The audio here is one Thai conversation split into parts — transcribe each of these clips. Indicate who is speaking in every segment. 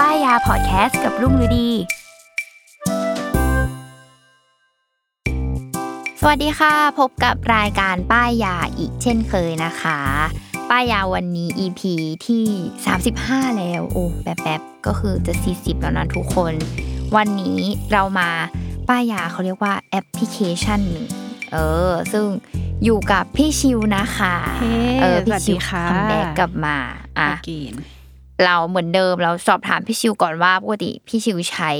Speaker 1: ป้ายยาพอดแคสต์กับรุ่งฤดี สวัสดีค่ะ พบกับรายการป้ายยาอีกเช่นเคยนะคะ ป้ายยาวันนี้ EP ที่ 35 แล้ว โอ้แป๊บๆ ก็คือจะ 40 แล้วนะทุกคน วันนี้เรามาป้ายยาเขาเรียกว่าแอปพลิเคชันหนึ่งเออ ซึ่งอยู่กับพี่ชิวนะคะ
Speaker 2: เฮ้
Speaker 1: เออพี่
Speaker 2: สวัส
Speaker 1: ชิว
Speaker 2: ดีค่ะ
Speaker 1: คัมแบ็กกลับมาอ่ะ
Speaker 2: กิน
Speaker 1: เราเหมือนเดิมเราสอบถามพี่ชิวก่อนว่าปกติพี่ชิวใช้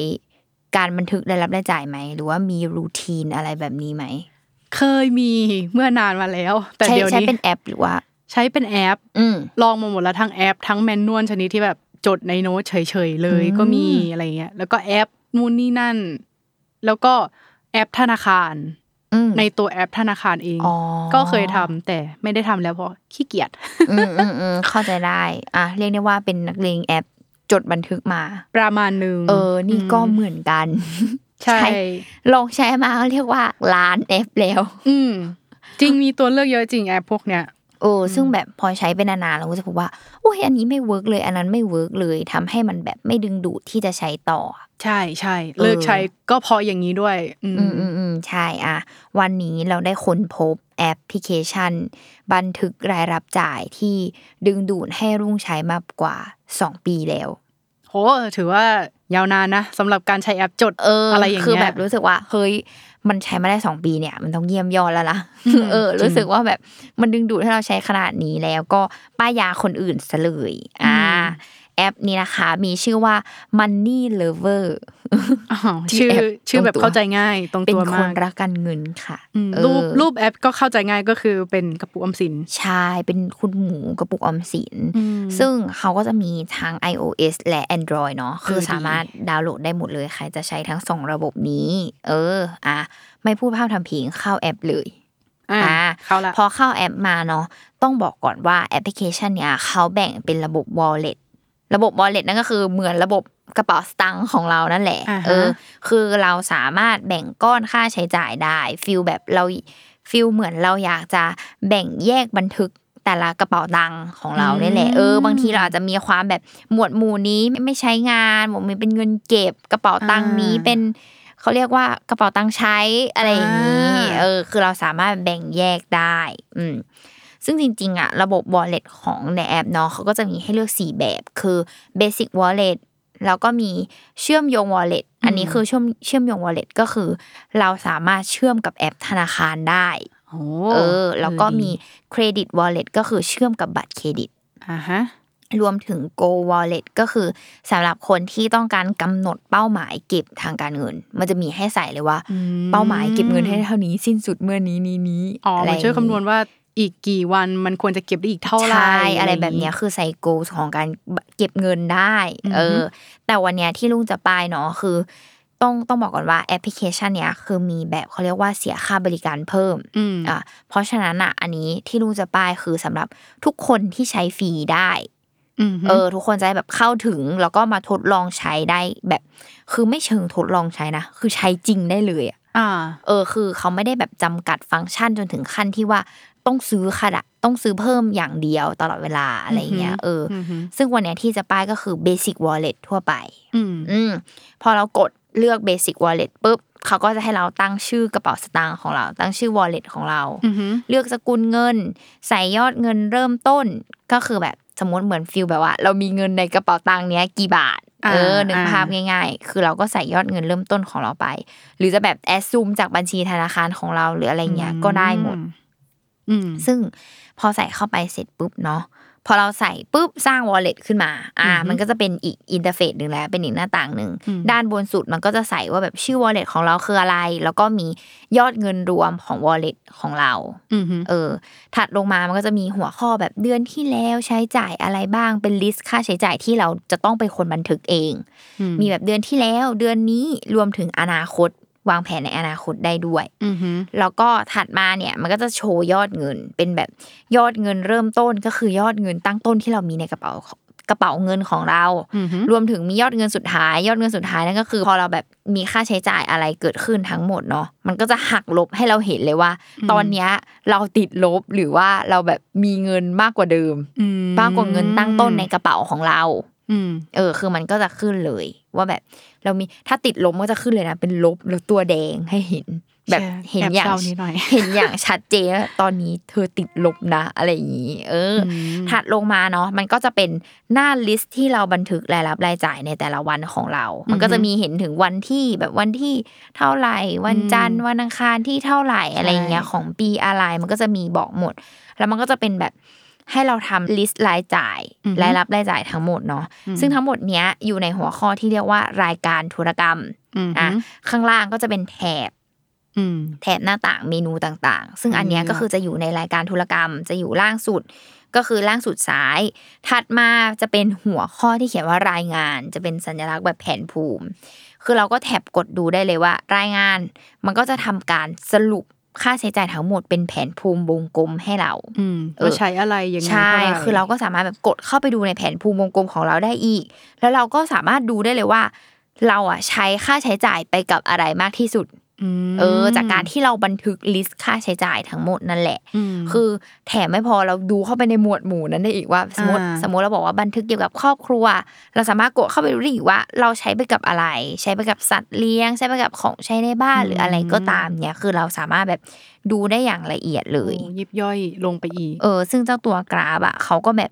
Speaker 1: การบันทึกรายรับรายจ่ายไหม หรือว่ามีรูทีนอะไรแบบนี้ไหม
Speaker 2: เคยมีเมื่อนานมาแล้ว แต่
Speaker 1: ใช้
Speaker 2: เดี๋ยว
Speaker 1: ใช้
Speaker 2: นี้
Speaker 1: เป็นแอปหรือว่า
Speaker 2: ใช้เป็นแอป
Speaker 1: อืม
Speaker 2: ลองมาหมดแล้วทั้งแอป ทั้งแมนนวลชนิดที่แบบจดในโน้ตเฉยๆเลย
Speaker 1: อืม
Speaker 2: ก็มีอะไรเงี้ยแล้วก็แอปนู่นนี่นั่น แล้วก็แอปธนาคาร
Speaker 1: อืม
Speaker 2: ในตัวแอปธนาคารเอง
Speaker 1: อ๋อ
Speaker 2: ก็เคยทำแต่ไม่ได้ทำแล้วเพราะขี้เกียจ
Speaker 1: อืมอืมอืมเข้าใจได้อ่ะเรียกได้ว่าเป็นนักเลงแอปจดบันทึกมา
Speaker 2: ประมาณหนึง
Speaker 1: เออ นี่ก็
Speaker 2: ม
Speaker 1: เหมือนกัน
Speaker 2: ใช่
Speaker 1: ใช้ ลองใช้มาเขาเรียกว่าล้านแอปแล้ว
Speaker 2: อืมจริงมีตัวเลือกเยอะจริงแอปพวกเนี้ย
Speaker 1: เออซึ่งแบบพอใช้ไปนานๆเราก็จะพบว่าโอ้ยอันนี้ไม่เวิร์กเลย อันนั้นไม่เวิร์กเลยทำให้มันแบบไม่ดึงดูดที่จะใช้ต่อ
Speaker 2: ใช่ใช่เลิกใช้ก็เพราะอย่างนี้ด้วย อืม
Speaker 1: อืมอืมอืมใช่อ่ะวันนี้เราได้ค้นพบแอปพลิเคชัน บันทึกรายรับจ่ายที่ดึงดูดให้รุ่งใช้มากกว่า 2 ปีแล้ว
Speaker 2: โหถือว่ายาวนานนะสำหรับการใช้แอปจด
Speaker 1: เอออ
Speaker 2: ไรอย่าง
Speaker 1: คือ
Speaker 2: เงี้ย
Speaker 1: แบบรู้สึกว่าเฮ้ยมันใช้มาได้ 2 ปีเนี่ย มันต้องเยี่ยมยอดแล้วล่ะ
Speaker 2: อืม
Speaker 1: เออ
Speaker 2: จริง
Speaker 1: รู้สึกว่าแบบมันดึงดูดให้เราใช้ขนาดนี้แล้วก็ป้ายยาคนอื่นซะเลยอ่าแอปนี้นะคะ มีชื่อว่า Money Lover
Speaker 2: อ้าว
Speaker 1: ที่
Speaker 2: ชื่อ
Speaker 1: แอป
Speaker 2: ชื่อแบบ
Speaker 1: ตรงตัว
Speaker 2: เข้าใจง่ายตรง
Speaker 1: เป็น
Speaker 2: ตัว
Speaker 1: ค
Speaker 2: มาน ก
Speaker 1: รักการเงินค่ะ
Speaker 2: อืม
Speaker 1: เออ
Speaker 2: รูปรูปแอปก็เข้าใจง่ายก็คือเป็นกระปุกออมสิน
Speaker 1: ใช่เป็นคุณหมูกระปุกออมสิน
Speaker 2: อืม
Speaker 1: ซึ่งเขาก็จะมีทั้ง iOS และ Android เนาะ
Speaker 2: เออ
Speaker 1: คือ
Speaker 2: ดี
Speaker 1: สามารถดาวน์โหลดได้หมดเลย ใครจะใช้ทั้งสองระบบนี้ เออ อ่ะ ไม่พูดภาพทำเพลงเข้าแอปเลย
Speaker 2: อ่า
Speaker 1: อ่า
Speaker 2: เข้าละ
Speaker 1: พอเข้าแอปมาเนาะต้องบอกก่อนว่าแอปพลิเคชันเนี่ยเขาแบ่งเป็นระบบ wallet ระบบ wallet นั่นก็คือเหมือนระบบกระเป๋าสตังค์ของเรานั่นแหละ
Speaker 2: าฮะ
Speaker 1: เออ คือเราสามารถแบ่งก้อนค่าใช้จ่ายได้ฟิลแบบเราฟิลเหมือนเราอยากจะแบ่งแยกบันทึกแต่ละกระเป๋าตังค์ของเราเนี่ยแหละเออ บางทีเราอาจจะมีความแบบหมวดหมู่นี้ไม่ใช้งานหมวดหมู่เป็นเงินเก็บกระเป๋าตังค์นี้
Speaker 2: อ่า
Speaker 1: เป็น เขาเรียกว่ากระเป๋าตังค์ใช้อะไรอย่างนี้
Speaker 2: อ่า
Speaker 1: เออ คือเราสามารถแบ่งแยกได้ อืม ซึ่งจริง ๆอะระบบ wallet ของในแอปเนาะเขาก็จะมีให้เลือก 4 แบบ คือ basic wallet แล้วก็มีเชื่อมโยง wallet อันนี้คือเชื่อมเชื่อมโยง wallet ก็คือ เราสามารถเชื่อมกับแอปธนาคารได้
Speaker 2: โอ้
Speaker 1: เออ แล้วก็
Speaker 2: เออดี
Speaker 1: มี credit wallet ก็คือเชื่อมกับบัตรเครดิต
Speaker 2: อ่าฮะ
Speaker 1: รวมถึง Go Wallet ก็คือสำหรับคนที่ต้องการกำหนดเป้าหมายเก็บทางการเงิน มันจะมีให้ใส่เลยว่า
Speaker 2: อืม
Speaker 1: เป้าหมายเก็บเงินให้เท่านี้สิ้นสุดเมื่อนี้นี้นี้
Speaker 2: อ๋อ
Speaker 1: อะไร
Speaker 2: มันช่วยคำนวณว่าอีกกี่วันมันควรจะเก็บได้อีกเท่าไหร่
Speaker 1: ใช่อะไรแบบเนี้ยคือใส่ g o ของการเก็บเงินได้
Speaker 2: อือฮึ
Speaker 1: เออ แต่วันเนี้ยที่ลุงจะไปเนาะคือ ต้องต้องบอกก่อนว่าแอปพลิเคชันเนี้ยคือมีแบบเขาเรียกว่าเสียค่าบริการเพิ่ม
Speaker 2: อืม
Speaker 1: อ่ะเพราะฉะนั้นอ่ะอันนี้ที่ลุงจะป้ายคือสำหรับทุกคนที่ใช้ฟรีได้
Speaker 2: ม
Speaker 1: เออทุกคนจะได้แบบเข้าถึงแล้วก็มาทดลองใช้ได้แบบ คือไม่เชิงทดลองใช้นะ คือใช้จริงได้เลยอะ
Speaker 2: อ่า
Speaker 1: เออคือเขาไม่ได้แบบจำกัดฟังก์ชันจนถึงขั้นที่ว่าต้องซื้อค่ะอะต้องซื้อเพิ่มอย่างเดียวตลอดเวลาอะไรเงี้ยเอออ
Speaker 2: อหือ
Speaker 1: ซึ่งวันเนี้ยที่จะป้ายก็คือ Basic Wallet ทั่วไป
Speaker 2: อืม
Speaker 1: อืมพอเรากดเลือก Basic Wallet ปุ๊บ เขาก็จะให้เราตั้งชื่อกระเป๋าสตางค์ของเรา ตั้งชื่อ wallet ของเรา
Speaker 2: อือหือ
Speaker 1: เลือกสกุลเงิน ใส่ยอดเงินเริ่มต้นก็คือแบบสมมติเหมือนฟิลแบบว่า เรามีเงินในกระเป๋าตังค์เนี้ยกี่บาท
Speaker 2: อ่า
Speaker 1: เออหนึ่ง
Speaker 2: อ่า
Speaker 1: ภาพง่าย ๆ คือเราก็ใส่ยอดเงินเริ่มต้นของเราไป หรือจะแบบแอดซูมจากบัญชีธนาคารของเราหรืออะไรเงี้ยก็ได้หมด
Speaker 2: อืม
Speaker 1: ซึ่งพอใส่เข้าไปเสร็จปุ๊บเนาะพอเราใส่ปุ๊บสร้าง wallet ขึ้นมา อ่า
Speaker 2: อือฮึ
Speaker 1: มันก็จะเป็นอีกอินเทอร์เฟซหนึ่งแล้วเป็นอีกหน้าต่างหนึ่ง
Speaker 2: อืม
Speaker 1: ด้านบนสุดมันก็จะใส่ว่าแบบชื่อ wallet ของเราคืออะไร แล้วก็มียอดเงินรวมของ wallet ของเรา
Speaker 2: อือหือ
Speaker 1: เออ ถัดลงมามันก็จะมีหัวข้อแบบเดือนที่แล้วใช้จ่ายอะไรบ้างเป็นลิสต์ค่าใช้จ่ายที่เราจะต้องเป็นคนบันทึกเอง
Speaker 2: อืม
Speaker 1: มีแบบเดือนที่แล้ว เดือนนี้รวมถึงอนาคต วางแผนในอนาคตได้ด้วย
Speaker 2: อือหือ
Speaker 1: แล้วก็ถัดมาเนี่ยมันก็จะโชว์ยอดเงิน เป็นแบบยอดเงินเริ่มต้นก็คือยอดเงินตั้งต้นที่เรามีในกระเป๋ากระเป๋าเงินของเรา
Speaker 2: อือหือ
Speaker 1: รวมถึงมียอดเงินสุดท้าย ยอดเงินสุดท้ายนั่นก็คือ พอเราแบบมีค่าใช้จ่ายอะไรเกิดขึ้นทั้งหมดเนาะมันก็จะหักลบให้เราเห็นเลยว่า
Speaker 2: อืม
Speaker 1: ตอนเนี้ยเราติดลบหรือว่าเราแบบมีเงินมากกว่าเดิม
Speaker 2: อื
Speaker 1: มากกว่าเงินตั้งต้นในกระเป๋าของเรา
Speaker 2: อืม
Speaker 1: เออคือมันก็จะขึ้นเลย ว่าแบบเรามีถ้าติดลบมันก็จะขึ้นเลยนะ เป็นลบแล้วตัวแดงให้เห็น แบบ
Speaker 2: ใช่
Speaker 1: เห็นอย่า
Speaker 2: แอบเศ
Speaker 1: ง
Speaker 2: ร้านิดหน่อย
Speaker 1: เห็นอย่างชัดเจนว่าตอนนี้เธอติดลบนะอะไรอย่างนี้ เอออ ถัดลงมาเนาะมันก็จะเป็นหน้าลิสต์ที่เราบันทึกรายรับรายจ่ายในแต่ละวันของเรา มันก็จะมีเห็นถึงวันที่แบบวันที่เท่าไหร่ วันจันทร์วันอังคารที่เท่าไหร่อะไรอย่างเงี้ยของปีอะไรมันก็จะมีบอกหมด แล้วมันก็จะเป็นแบบให้เราทำลิสต์รายจ่าย
Speaker 2: อือฮึ
Speaker 1: รายรับรายจ่ายทั้งหมดเนาะซึ่งทั้งหมดเนี้ยอยู่ในหัวข้อที่เรียกว่ารายการธุรกรรม
Speaker 2: อืม
Speaker 1: อ่ะข้างล่างก็จะเป็นแถบ
Speaker 2: อืม
Speaker 1: แถบหน้าต่างเมนูต่างๆ ซึ่งอันเนี้ย
Speaker 2: อืม
Speaker 1: ก็คือจะอยู่ในรายการธุรกรรม จะอยู่ล่างสุด ก็คือล่างสุดซ้าย ถัดมาจะเป็นหัวข้อที่เขียนว่ารายงาน จะเป็นสัญลักษณ์แบบแผนภูมิ คือเราก็แถบกดดูได้เลยว่า รายงาน มันก็จะทำการสรุปค่าใช้จ่ายทั้งหมดเป็นแผนภูมิวงกลมให้เรา
Speaker 2: อืม
Speaker 1: เออ
Speaker 2: ว่าใช้อะไรยังไง
Speaker 1: ใช่
Speaker 2: ท่ไห
Speaker 1: คือเราก็สามารถแบบกดเข้าไปดูในแผนภูมิวงกลมของเราได้อีก แล้วเราก็สามารถดูได้เลยว่า เราอ่ะใช้ค่าใช้จ่ายไปกับอะไรมากที่สุด
Speaker 2: ม
Speaker 1: เออจากการที่เราบันทึกลิสต์ค่าใช้จ่ายทั้งหมดนั่นแหละ
Speaker 2: ม
Speaker 1: คือแถมไม่พอเราดูเข้าไปในหมวดหมู่นั้นได้อีกว่าสมมติ
Speaker 2: อ่า
Speaker 1: สมมติเราบอกว่าบันทึกเกี่ยวกับครอบครัว เราสามารถกดเข้าไปดูได้อีกว่า เราใช้ไปกับอะไร ใช้ไปกับสัตว์เลี้ยง ใช้ไปกับของใช้ในบ้านหรืออะไรก็ตามเนี่ยคือเราสามารถแบบดูได้อย่างละเอียดเลย
Speaker 2: โอ้ยิบย่อยลงไปอีก
Speaker 1: เออซึ่งเจ้าตัวกราฟอ่ะเขาก็แบบ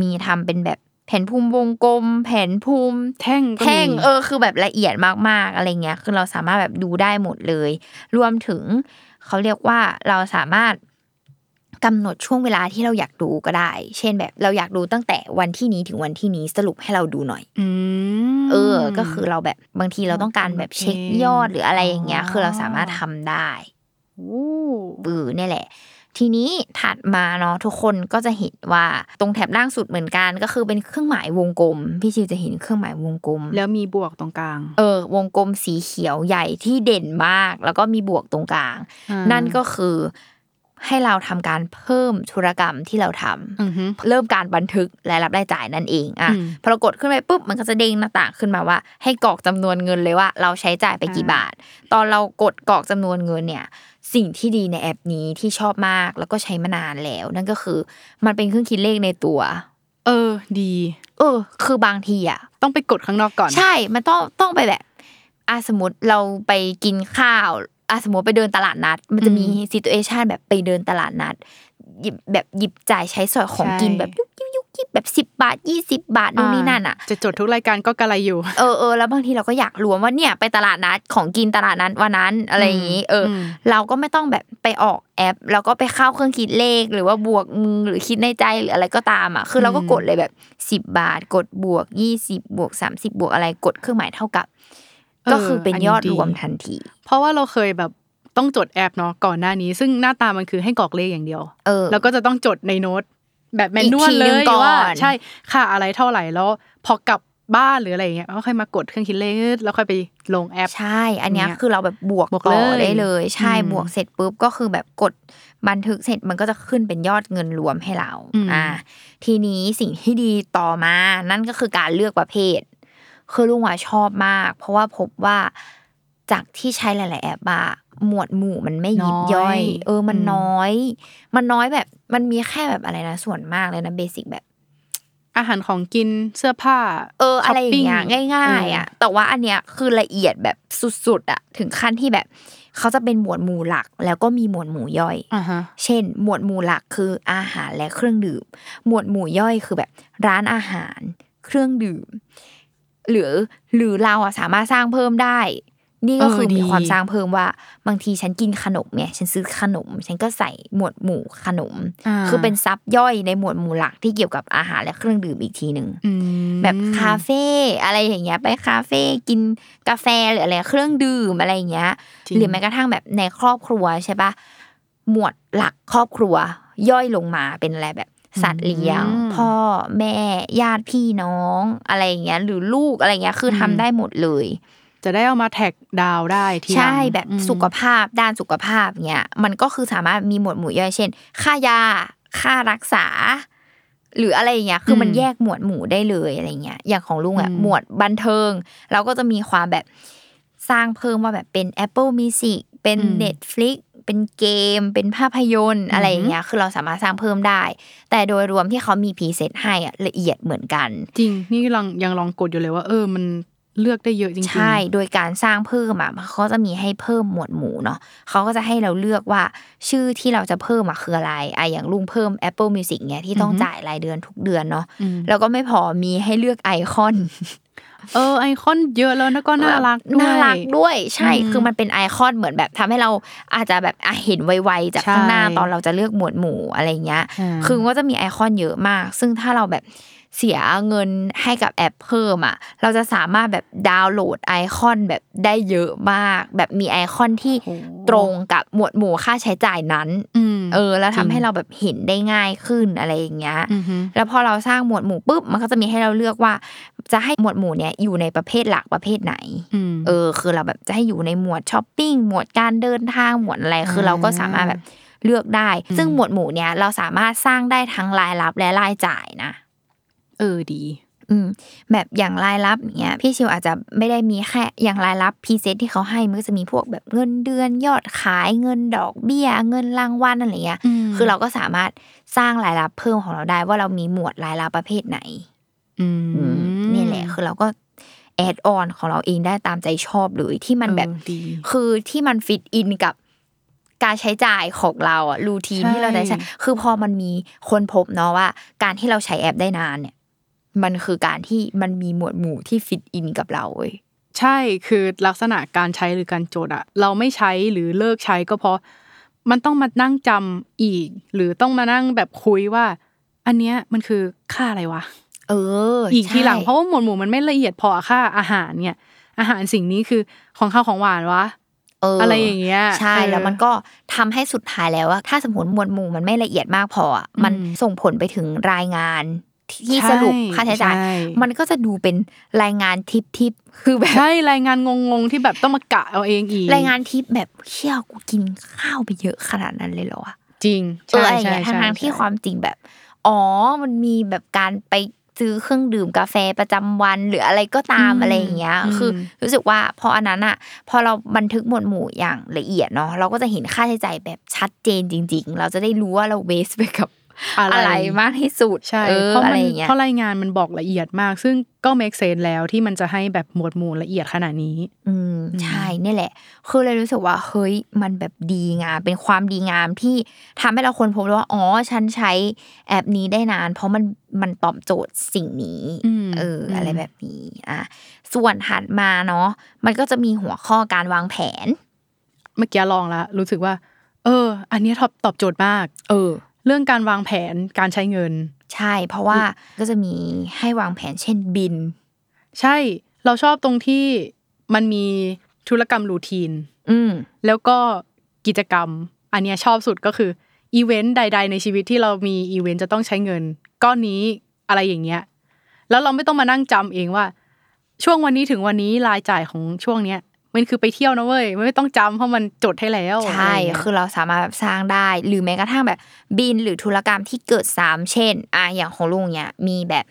Speaker 1: มีทำเป็นแบบแผนภูมิวงกลม แผนภูมิ
Speaker 2: แท่งก็มี
Speaker 1: แท่งเออคือแบบละเอียดมากๆอะไรเงี้ย คือเราสามารถแบบดูได้หมดเลย รวมถึงเขาเรียกว่าเราสามารถกำหนดช่วงเวลาที่เราอยากดูก็ได้ เช่นแบบเราอยากดูตั้งแต่วันที่นี้ถึงวันที่นี้สรุปให้เราดูหน่อย
Speaker 2: อืม
Speaker 1: เออ ก็คือเราแบบบางทีเราต้องการแบบเช็คยอดหรืออะไรอย่างเงี้ย
Speaker 2: อ๋อ
Speaker 1: คือเราสามารถทำได้
Speaker 2: โอ้
Speaker 1: เออเนี่ยแหละ ทีนี้ถัดมาเนาะทุกคนก็จะเห็นว่าตรงแถบล่างสุดเหมือนกันก็คือเป็นเครื่องหมายวงกลม พี่ชิวจะเห็นเครื่องหมายวงกลม
Speaker 2: แล้วมีบวกตรงกลาง
Speaker 1: เออวงกลมสีเขียวใหญ่ที่เด่นมาก แล้วก็มีบวกตรงกลาง
Speaker 2: อ่า
Speaker 1: นั่นก็คือให้เราทำการเพิ่มธุรกรรมที่เราทำ
Speaker 2: อือฮึ
Speaker 1: เริ่มการบันทึกรายรับรายจ่ายนั่นเองอ่ะ
Speaker 2: อืม
Speaker 1: พอเรากดขึ้นไปปุ๊บมันก็จะเด้งหน้าต่างขึ้นมาว่า ให้กรอกจำนวนเงินเลยว่า เราใช้จ่ายไปกี่
Speaker 2: อ่า
Speaker 1: บาท ตอนเรากดกรอกจำนวนเงินเนี่ย สิ่งที่ดีในแอปนี้ที่ชอบมากแล้วก็ใช้มานานแล้ว นั่นก็คือมันเป็นเครื่องคิดเลขในตัว
Speaker 2: เออดี
Speaker 1: เออ คือบางทีอ่ะ
Speaker 2: ต้องไปกดข้างนอกก่อน
Speaker 1: ใช่ มันต้องต้องไปแบบอ่ะสมมติเราไปกินข้าวอ่ะสมมติไปเดินตลาดนัด มันจะมี
Speaker 2: อืม
Speaker 1: ซีต u เอชันแบบไปเดินตลาดนัดหยิบแบบหยิบจ่ายใช้สอยของ
Speaker 2: ใช่
Speaker 1: กินแบบยุกยิบยุกยิบแบบสิบบาทยี่สิบบาทนู่นนี่นั่นอ่ะ
Speaker 2: จะจดทุกรายการก็กระไรอยู่
Speaker 1: เออเออแล้วบางทีเราก็อยากรวมว่าเนี่ยไปตลาดนัดของกินตลาดนัดวันนั้นอะไรอย่างนี้ เอออ
Speaker 2: ม
Speaker 1: เราก็ไม่ต้องแบบไปออกแอป แล้วก็ไปเข้าเครื่องคิดเลขหรือว่าบวกมือหรือคิดในใจหรืออะไรก็ตามอ่ะคือเราก็กดเลยแบบสิบบาท กดบวกยี่สิบบวกสามสิบบวกอะไรกดเครื่องหมายเท่ากับ ก็คือเป็นยอดรวมทันที
Speaker 2: เพราะว่าเราเคยแบบต้องจดแอปเนาะก่อนหน้านี้ ซึ่งหน้าตามันคือให้กรอกเลขอย่างเดียว
Speaker 1: เออ
Speaker 2: แล้วก็จะต้องจดในโน้ตแบบแมนนวล
Speaker 1: อีกที
Speaker 2: เล
Speaker 1: หนึ่
Speaker 2: ย
Speaker 1: งก่อน
Speaker 2: ว่าใช่ค่าอะไรเท่าไหร่แล้ว พอกลับบ้านหรืออะไรอย่างเงี้ยก็ค่อยมากดเครื่องคิดเลขแล้วค่อยไปลงแอป
Speaker 1: ใช่ อันเนี้ย
Speaker 2: เนี่ย
Speaker 1: คือเราแบบบวก
Speaker 2: บวก
Speaker 1: ต่อ
Speaker 2: เลย
Speaker 1: ได้เลย ใช่
Speaker 2: อืม
Speaker 1: บวกเสร็จปุ๊บก็คือแบบกดบันทึกเสร็จมันก็จะขึ้นเป็นยอดเงินรวมให้เรา
Speaker 2: อืม
Speaker 1: ทีนี้สิ่งที่ดีต่อมา นั่นก็คือการเลือกประเภท คือลุงว่าชอบมาก เพราะว่าพบว่าจากที่ใช้หลาย ๆ แอปอะหมวดหมู่มันไม่ยิบย่อย เออ มันน้อย มันน้อยแบบ มันมีแค่แบบอะไรนะ ส่วนมากเลยนะเบสิกแบบ
Speaker 2: อาหารของกินเสื้อผ้า
Speaker 1: เอออะไรอย่างเงี้ย
Speaker 2: ช้ปปิ้
Speaker 1: ง่าย ๆ อ่ะ แต่ว่าอันเนี้ยคือละเอียดแบบสุดๆอ่ะถึงขั้นที่แบบเขาจะเป็นหมวดหมู่หลัก แล้วก็มีหมวดหมู่ย่อย
Speaker 2: เอออ่าฮะ
Speaker 1: เช่น หมวดหมู่หลักคืออาหารและเครื่องดื่ม หมวดหมู่ย่อยคือแบบร้านอาหาร เครื่องดื่ม หรือหรือเราอะสามารถสร้างเพิ่มได้ นี่ก็
Speaker 2: เออ
Speaker 1: คือมี
Speaker 2: ดี
Speaker 1: ความสร้างเพิ่มว่า บางทีฉันกินขนมเนี่ยฉันซื้อขนม ฉันก็ใส่หมวดหมู่ขนม
Speaker 2: อ่า
Speaker 1: คือเป็นซับย่อยในหมวดหมู่หลักที่เกี่ยวกับอาหารและเครื่องดื่มอีกทีหนึ่ง
Speaker 2: อืม
Speaker 1: แบบคาเฟ่อะไรอย่างเงี้ย ไปคาเฟ่กินกาแฟหรืออะไรเครื่องดื่มอะไรอย่างเงี้ย
Speaker 2: จริง
Speaker 1: หรือแม้กระทั่งแบบในครอบครัวใช่ปะหมวดหลักครอบครัว ย่อยลงมาเป็นอะไรแบบ สัตว์เลี้ยง
Speaker 2: อืม
Speaker 1: พ่อแม่ญาติพี่น้องอะไรอย่างเงี้ย หรือลูกอะไรเงี้ยคืออ
Speaker 2: ม
Speaker 1: ทำได้หมดเลย
Speaker 2: จะได้เอามาแท็กดาวได้ทีหลัง
Speaker 1: ใช่แบบ
Speaker 2: อืม
Speaker 1: สุขภาพด้านสุขภาพเนี้ยมันก็คือสามารถมีหมวดหมู่ย่อยเช่น ค่ายา ค่ารักษา หรืออะไรอย่างเงี้ยคือมัน
Speaker 2: อืม
Speaker 1: แยกหมวดหมู่ได้เลยอะไรเงี้ยอย่างของลุงอะ
Speaker 2: อืม
Speaker 1: หมวดบันเทิง เราก็จะมีความแบบสร้างเพิ่มว่าแบบเป็น Apple Music เป็น Netflix เป็นเกม เป็นภาพยนตร์อะไรอย่างเงี้ยคือเราสามารถสร้างเพิ่มได้ แต่โดยรวมที่เขามีพรีเซตให้อะละเอียดเหมือนกัน
Speaker 2: จริงนี่ลังยังลองกดอยู่เลยว่า เออมันเลือกได้เยอะจริงๆ
Speaker 1: ใช่ โดยการสร้างเพิ่มอ่ะมันเขาจะมีให้เพิ่มหมวดหมู่เนาะเขาก็จะให้เราเลือกว่าชื่อที่เราจะเพิ่มอ่ะคืออะไรอะอย่างลุงเพิ่ม Apple Music เนี้ยที่ต้อง
Speaker 2: อือฮึ
Speaker 1: จ่ายรายเดือนทุกเดือนเนาะ
Speaker 2: อืม
Speaker 1: แล้วก็ไม่พอมีให้เลือกไอคอน
Speaker 2: เออไอคอนเยอะแล้วนะก็น่ารักด้วย
Speaker 1: น่ารักด้วย ใช่
Speaker 2: อืม
Speaker 1: คือมันเป็นไอคอนเหมือนแบบทำให้เราอาจจะแบบอ่ะเห็นไวๆจากข้างหน้า
Speaker 2: ใช่
Speaker 1: ตอนเราจะเลือกหมวดหมู่อะไรเงี้ย
Speaker 2: อ่า
Speaker 1: คือมันก็จะมีไอคอนเยอะมาก ซึ่งถ้าเราแบบเสียเงินให้กับแอปเพิ่มอ่ะ เราจะสามารถแบบดาวน์โหลดไอคอนแบบได้เยอะมาก แบบมีไอคอนที่ตรงกับหมวดหมู่ค่าใช้จ่ายนั้น
Speaker 2: อืม
Speaker 1: เออ แล้ว
Speaker 2: จ
Speaker 1: ทำ
Speaker 2: ริง
Speaker 1: ให้เราแบบเห็นได้ง่ายขึ้นอะไรอย่างเงี้ย
Speaker 2: อหือ
Speaker 1: แล้วพอเราสร้างหมวดหมู่ปุ๊บ มันก็จะมีให้เราเลือกว่า จะให้หมวดหมู่เนี้ยอยู่ในประเภทหลักประเภทไหน
Speaker 2: อืม
Speaker 1: เออคือเราแบบจะให้อยู่ในหมวดช้อปปิ้งหมวดการเดินทางหมวดอะไรคือเราก็สามารถแบบเลือกได้ ซึ่งหมวดหมู่เนี้ยเราสามารถสร้างได้ทั้งรายรับและรายจ่ายนะ
Speaker 2: เออดี
Speaker 1: อืมแบบอย่างรายรับเนี้ยพี่ชิวอาจจะไม่ได้มีแค่อย่างรายรับพรีเซตที่เขาให้มันก็จะมีพวกแบบเงินเดือนยอดขายเงินดอกเบี้ย เงินรางวัลอะไรเงี้ย
Speaker 2: อืม
Speaker 1: คือเราก็สามารถสร้างรายรับเพิ่มของเราได้ว่าเรามีหมวดรายรับประเภทไหน
Speaker 2: อืม
Speaker 1: อืมนี่แหละคือเราก็แอดออนของเราเองได้ตามใจชอบเลยที่มันแบบ
Speaker 2: เออดี
Speaker 1: คือที่มันฟิตอินกับการใช้จ่ายของเราอะรูทีน
Speaker 2: ใช่
Speaker 1: ที่เราได้ใช้คือพอมันมีคนพบเนาะว่า การที่เราใช้แอปได้นานเนี่ย มันคือการที่มันมีหมวดหมู่ที่ฟิตอินกับเราเว้ย
Speaker 2: ใช่คือลักษณะการใช้หรือการจดอะเราไม่ใช้หรือเลิกใช้ก็เพราะ มันต้องมานั่งจำอีก หรือต้องมานั่งแบบคุยว่า อันเนี้ยมันคือค่าอะไรวะ
Speaker 1: เออ
Speaker 2: อีกทีหลัง
Speaker 1: ใช่
Speaker 2: เพราะว่าหมวดหมู่มันไม่ละเอียดพออะค่าอาหารเนี่ย อาหารสิ่งนี้คือของข้าวของหวานวะ
Speaker 1: เ
Speaker 2: อะไรอย่างเงี้ย
Speaker 1: ใช่
Speaker 2: เออ
Speaker 1: แล้วมันก็ทำให้สุดท้ายแล้วว่าถ้าสมมติหมวดหมู่มันไม่ละเอียดมากพออะมันส่งผลไปถึงรายงานที่
Speaker 2: ใช่
Speaker 1: สรุปค่าใช้จ่าย
Speaker 2: ใช่
Speaker 1: มันก็จะดูเป็นรายงานทิปทิปๆคือแบบ
Speaker 2: ใช่รายงานงงๆที่แบบต้องมากะเอาเองอีก
Speaker 1: รายงานทิปแบบเชี่ยกูกินข้าวไปเยอะขนาดนั้นเลยเหรอวะ
Speaker 2: จริง
Speaker 1: เอ
Speaker 2: ใช่
Speaker 1: ออะไรอย่าง
Speaker 2: ใช่
Speaker 1: เงี้ย
Speaker 2: ใช่
Speaker 1: ทั้งๆที่
Speaker 2: ใช่
Speaker 1: ความจริงแบบ อ๋อมันมีแบบการไปซื้อเครื่องดื่มกาแฟประจำวันหรืออะไรก็ตามอะไรอย่างเงี้ย
Speaker 2: ม
Speaker 1: คือรู้สึกว่าพออันนั้นอะพอเราบันทึกหมวดหมู่อย่างละเอียดเนาะเราก็จะเห็นค่าใช้จ่ายแบบชัดเจนจริง ๆ เราจะได้รู้ว่าเราเวสไปกับ
Speaker 2: อะไร
Speaker 1: อะไรมากที่สุด
Speaker 2: ใช่
Speaker 1: เออ
Speaker 2: เพราะ
Speaker 1: อะ
Speaker 2: มั
Speaker 1: ไร
Speaker 2: น
Speaker 1: อย่างเงี้ย
Speaker 2: เพราะรายงานมันบอกละเอียดมาก ซึ่งก็เม e เซนแล้วที่มันจะให้แบบหมวดหมู่ละเอียดขนาดนี้
Speaker 1: อืมใช่เนี่ยแหละ คือเลยรู้สึกว่าเฮ้ยมันแบบดีงามเป็นความดีงามที่ทำให้เราคนพบว่าอ๋อฉันใช้แอปนี้ได้นาน เพราะมันมันตอบโจทย์สิ่งนี้
Speaker 2: อืม
Speaker 1: เอออ
Speaker 2: ม
Speaker 1: อะไรแบบนี้อ่ะส่วนถัดมาเนาะมันก็จะมีหัวข้อการวางแผน
Speaker 2: เมื่อกี้ลองแล้วรู้สึกว่า เออ อันเนี้ยตอบตอบโจทย์มาก
Speaker 1: เออ
Speaker 2: เรื่องการวางแผนการใช้เงิน
Speaker 1: ใช่ เพราะว่าก็จะมีให้วางแผนเช่นบิน
Speaker 2: ใช่เราชอบตรงที่มันมีธุรกรรมรูทีน
Speaker 1: อืม
Speaker 2: แล้วก็กิจกรรม อันเนี้ยชอบสุดก็คืออีเวนต์ใด ๆ ในชีวิตที่เรามีอีเวนต์จะต้องใช้เงิน ก้อนนี้อะไรอย่างเงี้ยแล้วเราไม่ต้องมานั่งจำเองว่า ช่วงวันนี้ถึงวันนี้รายจ่ายของช่วงเนี้ยมันคือไปเที่ยวนะเว้ยไม่ต้องจำเพราะมันจดให้แล้ว
Speaker 1: ใช่
Speaker 2: ะไรย่างเงี้ย
Speaker 1: คือเราสามารถแบบสร้างได้ หรือแม้กระทั่งแบบบินหรือธุรกรรมที่เกิดซ้ำเช่นอ่ะอย่างของลุงเนี่ยมีแบบ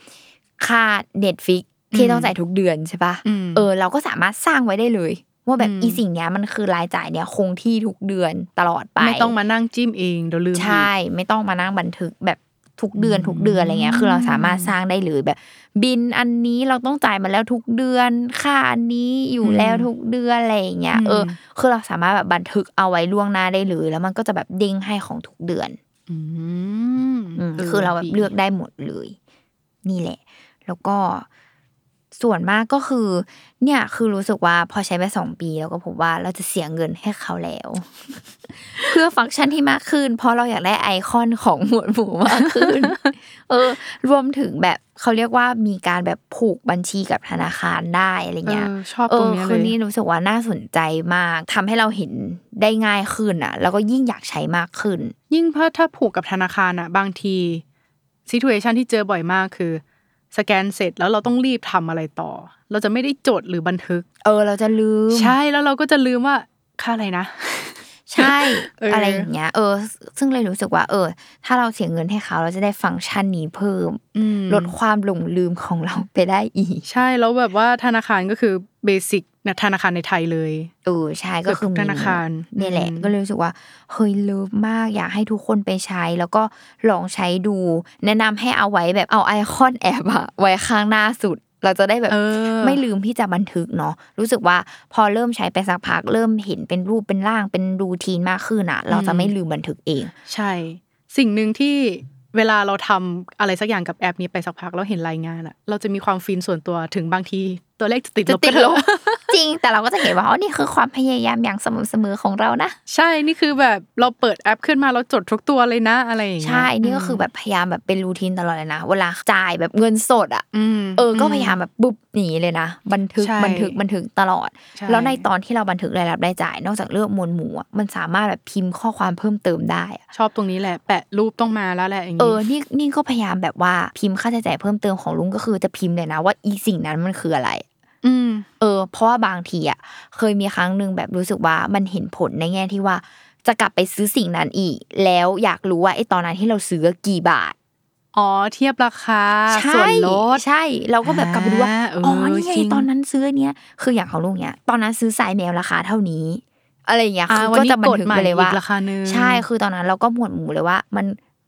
Speaker 1: ค่าเน็ตฟิกที่ต้องจ่ายทุกเดือนใช่ปะ
Speaker 2: อืม
Speaker 1: เออ เราก็สามารถสร้างไว้ได้เลย ว่าแบบ
Speaker 2: อืม
Speaker 1: อีสิ่งเนี้ยมันคือรายจ่ายเนี่ยคงที่ทุกเดือนตลอดไป
Speaker 2: ไม่ต้องมานั่งจิ้มเองเดี๋ยวลืมอีก
Speaker 1: ใช่ไม่ต้องมานั่งบันทึกแบบ ทุกเดือนทุกเดือนอะไรเงี้ยคือเราสามารถสร้างได้เลยแบบ บินอันนี้เราต้องจ่ายมาแล้วทุกเดือนค่าอันนี้อยู่แล้วทุกเดือนอะไรอย่างเงี้ย
Speaker 2: อืม
Speaker 1: เออ คือเราสามารถแบบบันทึกเอาไว้ล่วงหน้าได้เลย แล้วมันก็จะแบบเด้งให้ของทุกเดือน
Speaker 2: อืม
Speaker 1: อืมคือเราแบบเลือกได้หมดเลย นี่แหละ แล้วก็ส่วนมากก็คือ เนี่ยคือรู้สึกว่าพอใช้ไปสองปีเราก็พบว่าเราจะเสียเงินให้เขาแล้ว เพื่อฟังก์ชันที่มากขึ้น เพราะเราอยากได้ไอคอนของหมวดหมู่มากขึ้ น เออ รวมถึงแบบเขาเรียกว่ามีการแบบผูกบัญชีกับธนาคารได้อะไร
Speaker 2: เอ
Speaker 1: เงี้ย
Speaker 2: อชอบตรงเนี้ย
Speaker 1: ออ
Speaker 2: เล
Speaker 1: คื
Speaker 2: ย
Speaker 1: อนี่รู้สึกว่าน่าสนใจมากทำให้เราเห็นได้ง่ายขึ้นอ่ะ แล้วก็ยิ่งอยากใช้มากขึ้น
Speaker 2: ยิ่งถ้าถ้าผูกกับธนาคารอะบางทีซิทูเอชันที่เจอบ่อยมากคือ สแกนเสร็จแล้วเราต้องรีบทำอะไรต่อ เราจะไม่ได้จดหรือบันทึก
Speaker 1: เออ เราจะลืม
Speaker 2: ใช่แล้วเราก็จะลืมว่าค่าอะไรนะ
Speaker 1: ใช่
Speaker 2: เอออ
Speaker 1: อะไรอย่างเงี้ยเออ ซึ่งเลยรู้สึกว่า เออ ถ้าเราเสียเงินให้เขาเราจะได้ฟังก์ชันนี้เพิ่ม
Speaker 2: อืม
Speaker 1: ลดความหลงลืมของเราไปได้อีก
Speaker 2: ใช่แล้วแบบว่าธนาคารก็คือเบสิกนะธนาคารในไทยเลย
Speaker 1: เออใช่ก็คือ
Speaker 2: เกือบทุกธนาคาร
Speaker 1: มีเนี่ยแหละ
Speaker 2: อืม
Speaker 1: ก็เลยรู้สึกว่าเฮ้ยเลิฟมากอยากให้ทุกคนไปใช้ แล้วก็ลองใช้ดู แนะนำให้เอาไว้แบบเอาไอคอนแอบอะไว้ข้างหน้าสุด เราจะได้แบบ
Speaker 2: เออ
Speaker 1: ไม่ลืมที่จะบันทึกเนาะรู้สึกว่าพอเริ่มใช้ไปสักพัก เริ่มเห็นเป็นรูปเป็นร่างเป็นรูทีนมากขึ้นอ่ะ เราจะไม่ลืมบันทึกเอง
Speaker 2: ใช่ สิ่งหนึ่งที่เวลาเราทำอะไรสักอย่างกับแอปนี้ไปสักพักแล้วเห็นรายงานอะเราจะมีความฟินส่วนตัวถึงบางทีตัวเลขจะติด
Speaker 1: จะ
Speaker 2: ลบ
Speaker 1: ติ
Speaker 2: ก็
Speaker 1: ด
Speaker 2: เถ
Speaker 1: ล
Speaker 2: อะ
Speaker 1: บ จริง แต่เราก็จะเห็นว่าอ๋อนี่คือความพยายามอย่างสม่ำเสมอของเรานะ
Speaker 2: ใช่ นี่คือแบบเราเปิดแอปขึ้นมาเราจดทุกตัวเลยนะอะไรอย่างเงี้ย
Speaker 1: ใช่นี่ก็คือแบบพยายามแบบเป็นรูทีนตลอดเลยนะเวลาจ่ายแบบเงินสดอ่ะ
Speaker 2: ม
Speaker 1: เออก็พยายามแบบบุ๊บหนีเลยนะบันทึก
Speaker 2: ใช่
Speaker 1: บันทึกบันทึกตลอด
Speaker 2: ช่
Speaker 1: แล้วในตอนที่เราบันทึกรายรับรายจ่าย นอกจากเลือกหมวลหมู่อะมันสามารถแบบพิมพ์ข้อความเพิ่มเติมได้อะ
Speaker 2: ชอบตรงนี้แหละ แปะรูปต้องมาแล้วแหละอย่าง
Speaker 1: เอ
Speaker 2: งี้
Speaker 1: อ นี่นี่ก็พยายามแบบว่าพิมพ์ค่าใช้จ่ายเพิ่มเติมของลุงก็คือจะพิมพ์เลยนะว่าอีสิ่งนั้นมันคืออะไร
Speaker 2: อืม
Speaker 1: เออ เพราะว่าบางทีอ่ะเคยมีครั้งหนึ่งแบบรู้สึกว่ามันเห็นผลในแง่ที่ว่า จะกลับไปซื้อสิ่งนั้นอีก แล้วอยากรู้ว่าไอ้ตอนนั้นที่เราซื้อกี่บาท
Speaker 2: อ๋อเทียบราคาส่ว
Speaker 1: ใช่
Speaker 2: นลด
Speaker 1: ใช่ เราก็แบบกลับไปดูว่า
Speaker 2: อ่าเออ
Speaker 1: อ๋อนี่ไง
Speaker 2: จริง
Speaker 1: ตอนนั้นซื้ออันเนี้ยคืออย่างของลุงเนี้ยตอนนั้นซื้อสายแมวราคาเท่านี้ อะไรอย่างเงี้ย
Speaker 2: อ่า
Speaker 1: คือ
Speaker 2: วัน
Speaker 1: ก็
Speaker 2: นี้
Speaker 1: จะบัน
Speaker 2: กด
Speaker 1: ทึก
Speaker 2: ใหม่
Speaker 1: ไปเลยว่า
Speaker 2: อีกราคาหนึ่ง
Speaker 1: ใช่ คือตอนนั้นเราก็หมวดหมู่เลยว่า มัน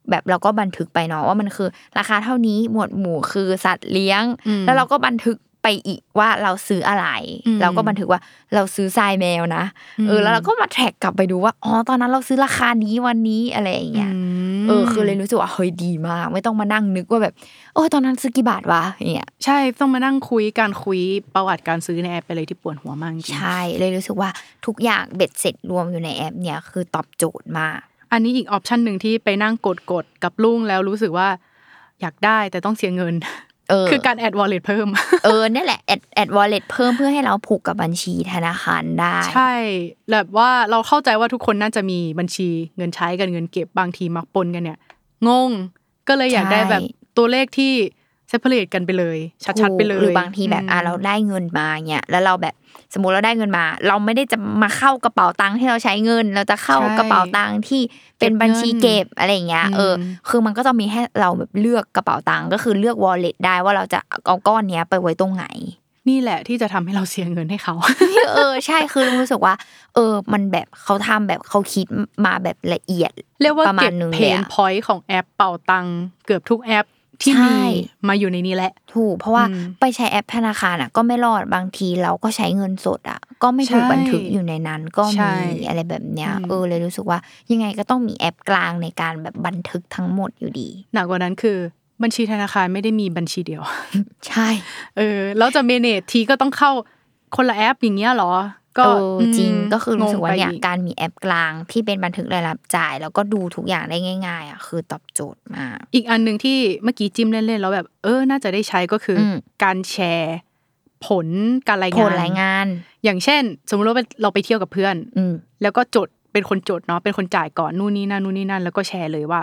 Speaker 1: แบบเราก็บันทึกไปเนาะว่ามันคือราคาเท่านี้หมวดหมู่คือสัตว์เลี้ยง
Speaker 2: ม
Speaker 1: แล้วเราก็บันทึกไปอีกว่าเราซื้ออะไร
Speaker 2: อืม
Speaker 1: เราก็บันทึกว่าเราซื้อทรายแมวนะเออแล้วเราก็มาแท็กกลับไปดูว่าอ๋อตอนนั้นเราซื้อราคานี้วันนี้อะไรอย่างเงี้ย
Speaker 2: ม
Speaker 1: เออคือเลยรู้สึกว่าเฮ้ยดีมาก ไม่ต้องมานั่งนึกว่าแบบโอ้ยตอนนั้นซื้อกี่บาทวะอย่างเงี้ย
Speaker 2: ใช่ต้องมานั่งคุยการคุยประวัติการซื้อในแอปไปเลยที่ปวดหัวมากจริง
Speaker 1: ใช่เลยรู้สึกว่าทุกอย่างเบ็ดเสร็จรวมอยู่ในแอปเนี่ยคือตอบโจทย์มาก
Speaker 2: อันนี้อีกออปชันหนึ่งที่ไปนั่งกดกดๆกับลุงแล้วรู้สึกว่า อยากได้แต่ต้องเสียเงิน
Speaker 1: เออ
Speaker 2: คือการแอดวอลเล็ตเพิ่ม
Speaker 1: เออเนี่ยแหละ แอดแอดวอลเล็ตเพิ่มเพื่อให้เราผูกกับบัญชีธนาคารได้
Speaker 2: ใช่ แบบว่าเราเข้าใจว่าทุกคนน่าจะมีบัญชีเงินใช้กับเงินเก็บบางทีมักปนกันเนี่ย งง ก็เลยอยากได้
Speaker 1: ใช่
Speaker 2: แบบตัวเลขที่ separate กันไปเลย ชัดๆไปเลย
Speaker 1: หรือบางทีแบบอ่ะ
Speaker 2: ม
Speaker 1: เราได้เงินมาเนี่ยแล้วเราแบบสมมติเราได้เงินมา เราไม่ได้จะมาเข้ากระเป๋าตังค์ที่เราใช้เงิน เราจะเข้ากระเป๋าตังค์ที่เป็นบัญชีเก็บอะไรอย่างเงี้ยเอออ คือมันก็จะมีให้เราแบบเลือกกระเป๋าตังค์ก็คือเลือกวอลเล็ตได้ว่าเราจะเอาก้อนเนี้ยไปไว้ตรงไหน
Speaker 2: นี่แหละที่จะทำให้เราเสียเงินให้ เขา
Speaker 1: เออใช่คือรู้สึกว่า เออ มันแบบเขาทำแบบเขาคิดมาแบบละเอียด
Speaker 2: เรียกว่า
Speaker 1: ประมา
Speaker 2: เก็
Speaker 1: ณ
Speaker 2: บ
Speaker 1: หนึง
Speaker 2: เพ
Speaker 1: เลย
Speaker 2: น
Speaker 1: อะ
Speaker 2: พอยต์ของแอปเป่าตังค์เกือบทุกแอปที่มี
Speaker 1: ใช่
Speaker 2: มาอยู่ในนี้แหละ
Speaker 1: ถูกเพราะว่า
Speaker 2: อืม
Speaker 1: ไปใช้แอปธนาคารอ่ะ ก็ไม่รอดบางทีเราก็ใช้เงินสดอ่ะ ก็ไม่ถูก
Speaker 2: ใช่
Speaker 1: บันทึกอยู่ในนั้นก็
Speaker 2: ใช่
Speaker 1: มีอะไรแบบเนี้ย
Speaker 2: อืม
Speaker 1: เออเลยรู้สึกว่า ยังไงก็ต้องมีแอปกลางในการแบบบันทึกทั้งหมดอยู่ดี
Speaker 2: หนักกว่านั้นคือบัญชีธนาคารไม่ได้มีบัญชีเดียว
Speaker 1: ใช่
Speaker 2: เออแล้วจะเมเนจทีก็ต้องเข้าคนละแอปอย่างเงี้ยเหรอ ก็
Speaker 1: เออจริง
Speaker 2: ม
Speaker 1: ก็คือรู้สึกว่าเนี่ย
Speaker 2: งงไปอี
Speaker 1: การมีแอปกลางที่เป็นบันทึกรายรับจ่าย แล้วก็ดูทุกอย่างได้ง่าย ๆอ่ะคือตอบโจทย์มาก
Speaker 2: อีกอันหนึ่งที่เมื่อกี้จิ้มเล่นๆแล้วแบบ เออน่าจะได้ใช้ก็คืออ
Speaker 1: ม
Speaker 2: การแชร์ผลการราย
Speaker 1: โผ
Speaker 2: งาน
Speaker 1: ลรายงาน
Speaker 2: อย่างเช่น สมมติว่าเราไปเที่ยวกับเพื่อน
Speaker 1: อืม
Speaker 2: แล้วก็จดเป็นคนจดเนาะเป็นคนจ่ายก่อนนู่นนี่นั่นนู่นนี่นั่นแล้วก็แชร์เลยว่า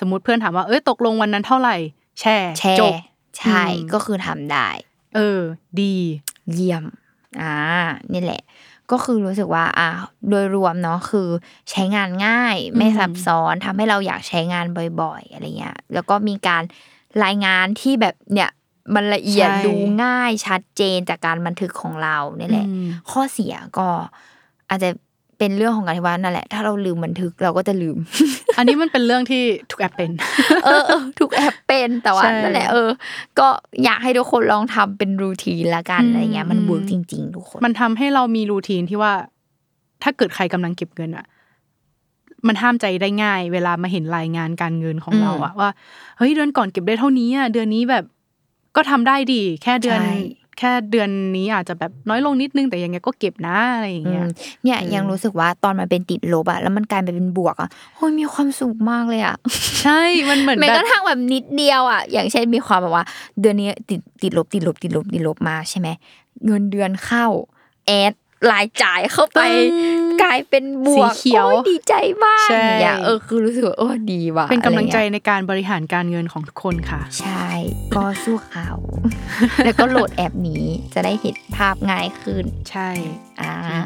Speaker 2: สมมติเพื่อนถามว่าเอ้ยตกลงวันนั้นเท่าไหร่ แชร์
Speaker 1: แช
Speaker 2: จ
Speaker 1: ร์
Speaker 2: บ
Speaker 1: ใช่
Speaker 2: อืม
Speaker 1: ก็คือทำได้
Speaker 2: เออ ดี
Speaker 1: เยี่ยม อ่า นี่แหละ ก็คือรู้สึกว่า อ่า โดยรวมเนาะ คือใช้งานง่าย ไม่
Speaker 2: อืม
Speaker 1: ซับซ้อนทำให้เราอยากใช้งานบ่อยๆ อะไรเงี้ย แล้วก็มีการรายงานที่แบบ เนี่ย มันละเอียด ดูง่าย ชัดเจนจากการบันทึกของเราเนี่ยแหละ
Speaker 2: อืม
Speaker 1: ข้อเสียก็อาจจะ เป็นเรื่องของการที่ว่านั่นแหละ ถ้าเราลืมบันทึกเราก็จะลืม
Speaker 2: อันนี้มันเป็นเรื่องที่ทุกแอปเป็น
Speaker 1: เออเออทุกแอปเป็นแต่ว่า
Speaker 2: ใช่
Speaker 1: นั่นแหละเออ ก็อยากให้ทุกคนลองทำเป็นรูทีนละกัน
Speaker 2: อืม
Speaker 1: อะไรเงี้ยมันเวิร์กจริง ๆ ทุกคน
Speaker 2: มันทำให้เรามีรูทีนที่ว่า ถ้าเกิดใครกำลังเก็บเงินอะมันห้ามใจได้ง่าย เวลามาเห็นรายงานการเงินของ
Speaker 1: อืม
Speaker 2: เราอะว่าเฮ้ยเดือนก่อนเก็บได้เท่านี้อะเดือนนี้แบบก็ทำได้ดี แค่เดือน
Speaker 1: ใช่
Speaker 2: แค่เดือนนี้อาจจะแบบน้อยลงนิดนึงแต่ยังไงก็เก็บนะอะไรอย่างเงี้ย
Speaker 1: อืมเนี่ย
Speaker 2: เออ
Speaker 1: ยังรู้สึกว่าตอนมันเป็นติดลบอะแล้วมันกลายไปเป็นบวกอะโอ้ยมีความสุขมากเลยอะ
Speaker 2: ใช่มันเหมือน
Speaker 1: แม้
Speaker 2: แบ
Speaker 1: ก
Speaker 2: บ
Speaker 1: ระทั่งแบบนิดเดียวอะอย่างเช่นมีความแบบว่า เดือนนี้ติดติดลบติดลบติดลบติดลบมาใช่ไหมเงินเดือนเข้าแอดรายจ่ายเข้าไป กลายเป็นบวก
Speaker 2: สีเขียว
Speaker 1: โอ้ดีใจมาก
Speaker 2: ใช่
Speaker 1: อย่างเงี้ยเออคือรู้สึกว่าโอ้ดีว่ะ
Speaker 2: เป็นกำลังใจ
Speaker 1: อะไรเย
Speaker 2: ในการบริหารการเงินของทุกคนค่ะ
Speaker 1: ใช่ ก็สู้เขา แล้วก็โหลดแอปนี้จะได้เห็นภาพง่ายขึ้น
Speaker 2: ใช่
Speaker 1: อ่า
Speaker 2: จริ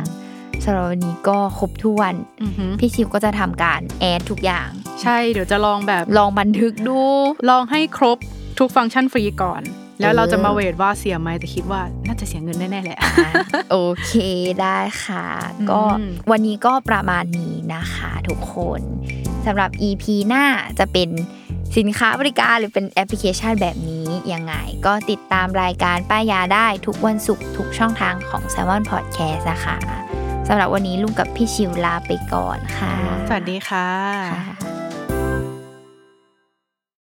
Speaker 2: ง
Speaker 1: สำหรับวันนี้ก็ครบถ้วน
Speaker 2: อือหือ
Speaker 1: พี่ชิวก็จะทำการแอดทุกอย่าง
Speaker 2: ใช่เดี๋ยวจะลองแบบ
Speaker 1: ลองบันทึกดู
Speaker 2: ลองให้ครบทุกฟังก์ชันฟรีก่อน แล้ว
Speaker 1: เออ
Speaker 2: เราจะมาเวทว่าเสียไหมแต่คิดว่าน่าจะเสียเงินแน่ๆแหละ
Speaker 1: อ่ะ โอเคได้ค่ะ ก็
Speaker 2: อืม
Speaker 1: วันนี้ก็ประมาณนี้นะคะทุกคนสำหรับ EP หน้าจะเป็นสินค้าบริการหรือเป็นแอปพลิเคชันแบบนี้ยังไง ก็ติดตามรายการป้ายยาได้ทุกวันศุกร์ทุกช่องทางของ s ซ l m o n Podcast นะคะสำหรับวันนี้ลุงกับพี่ชิวลาไปก่อนค่ะ
Speaker 2: สวัสดีค่ะ
Speaker 1: ค่ะ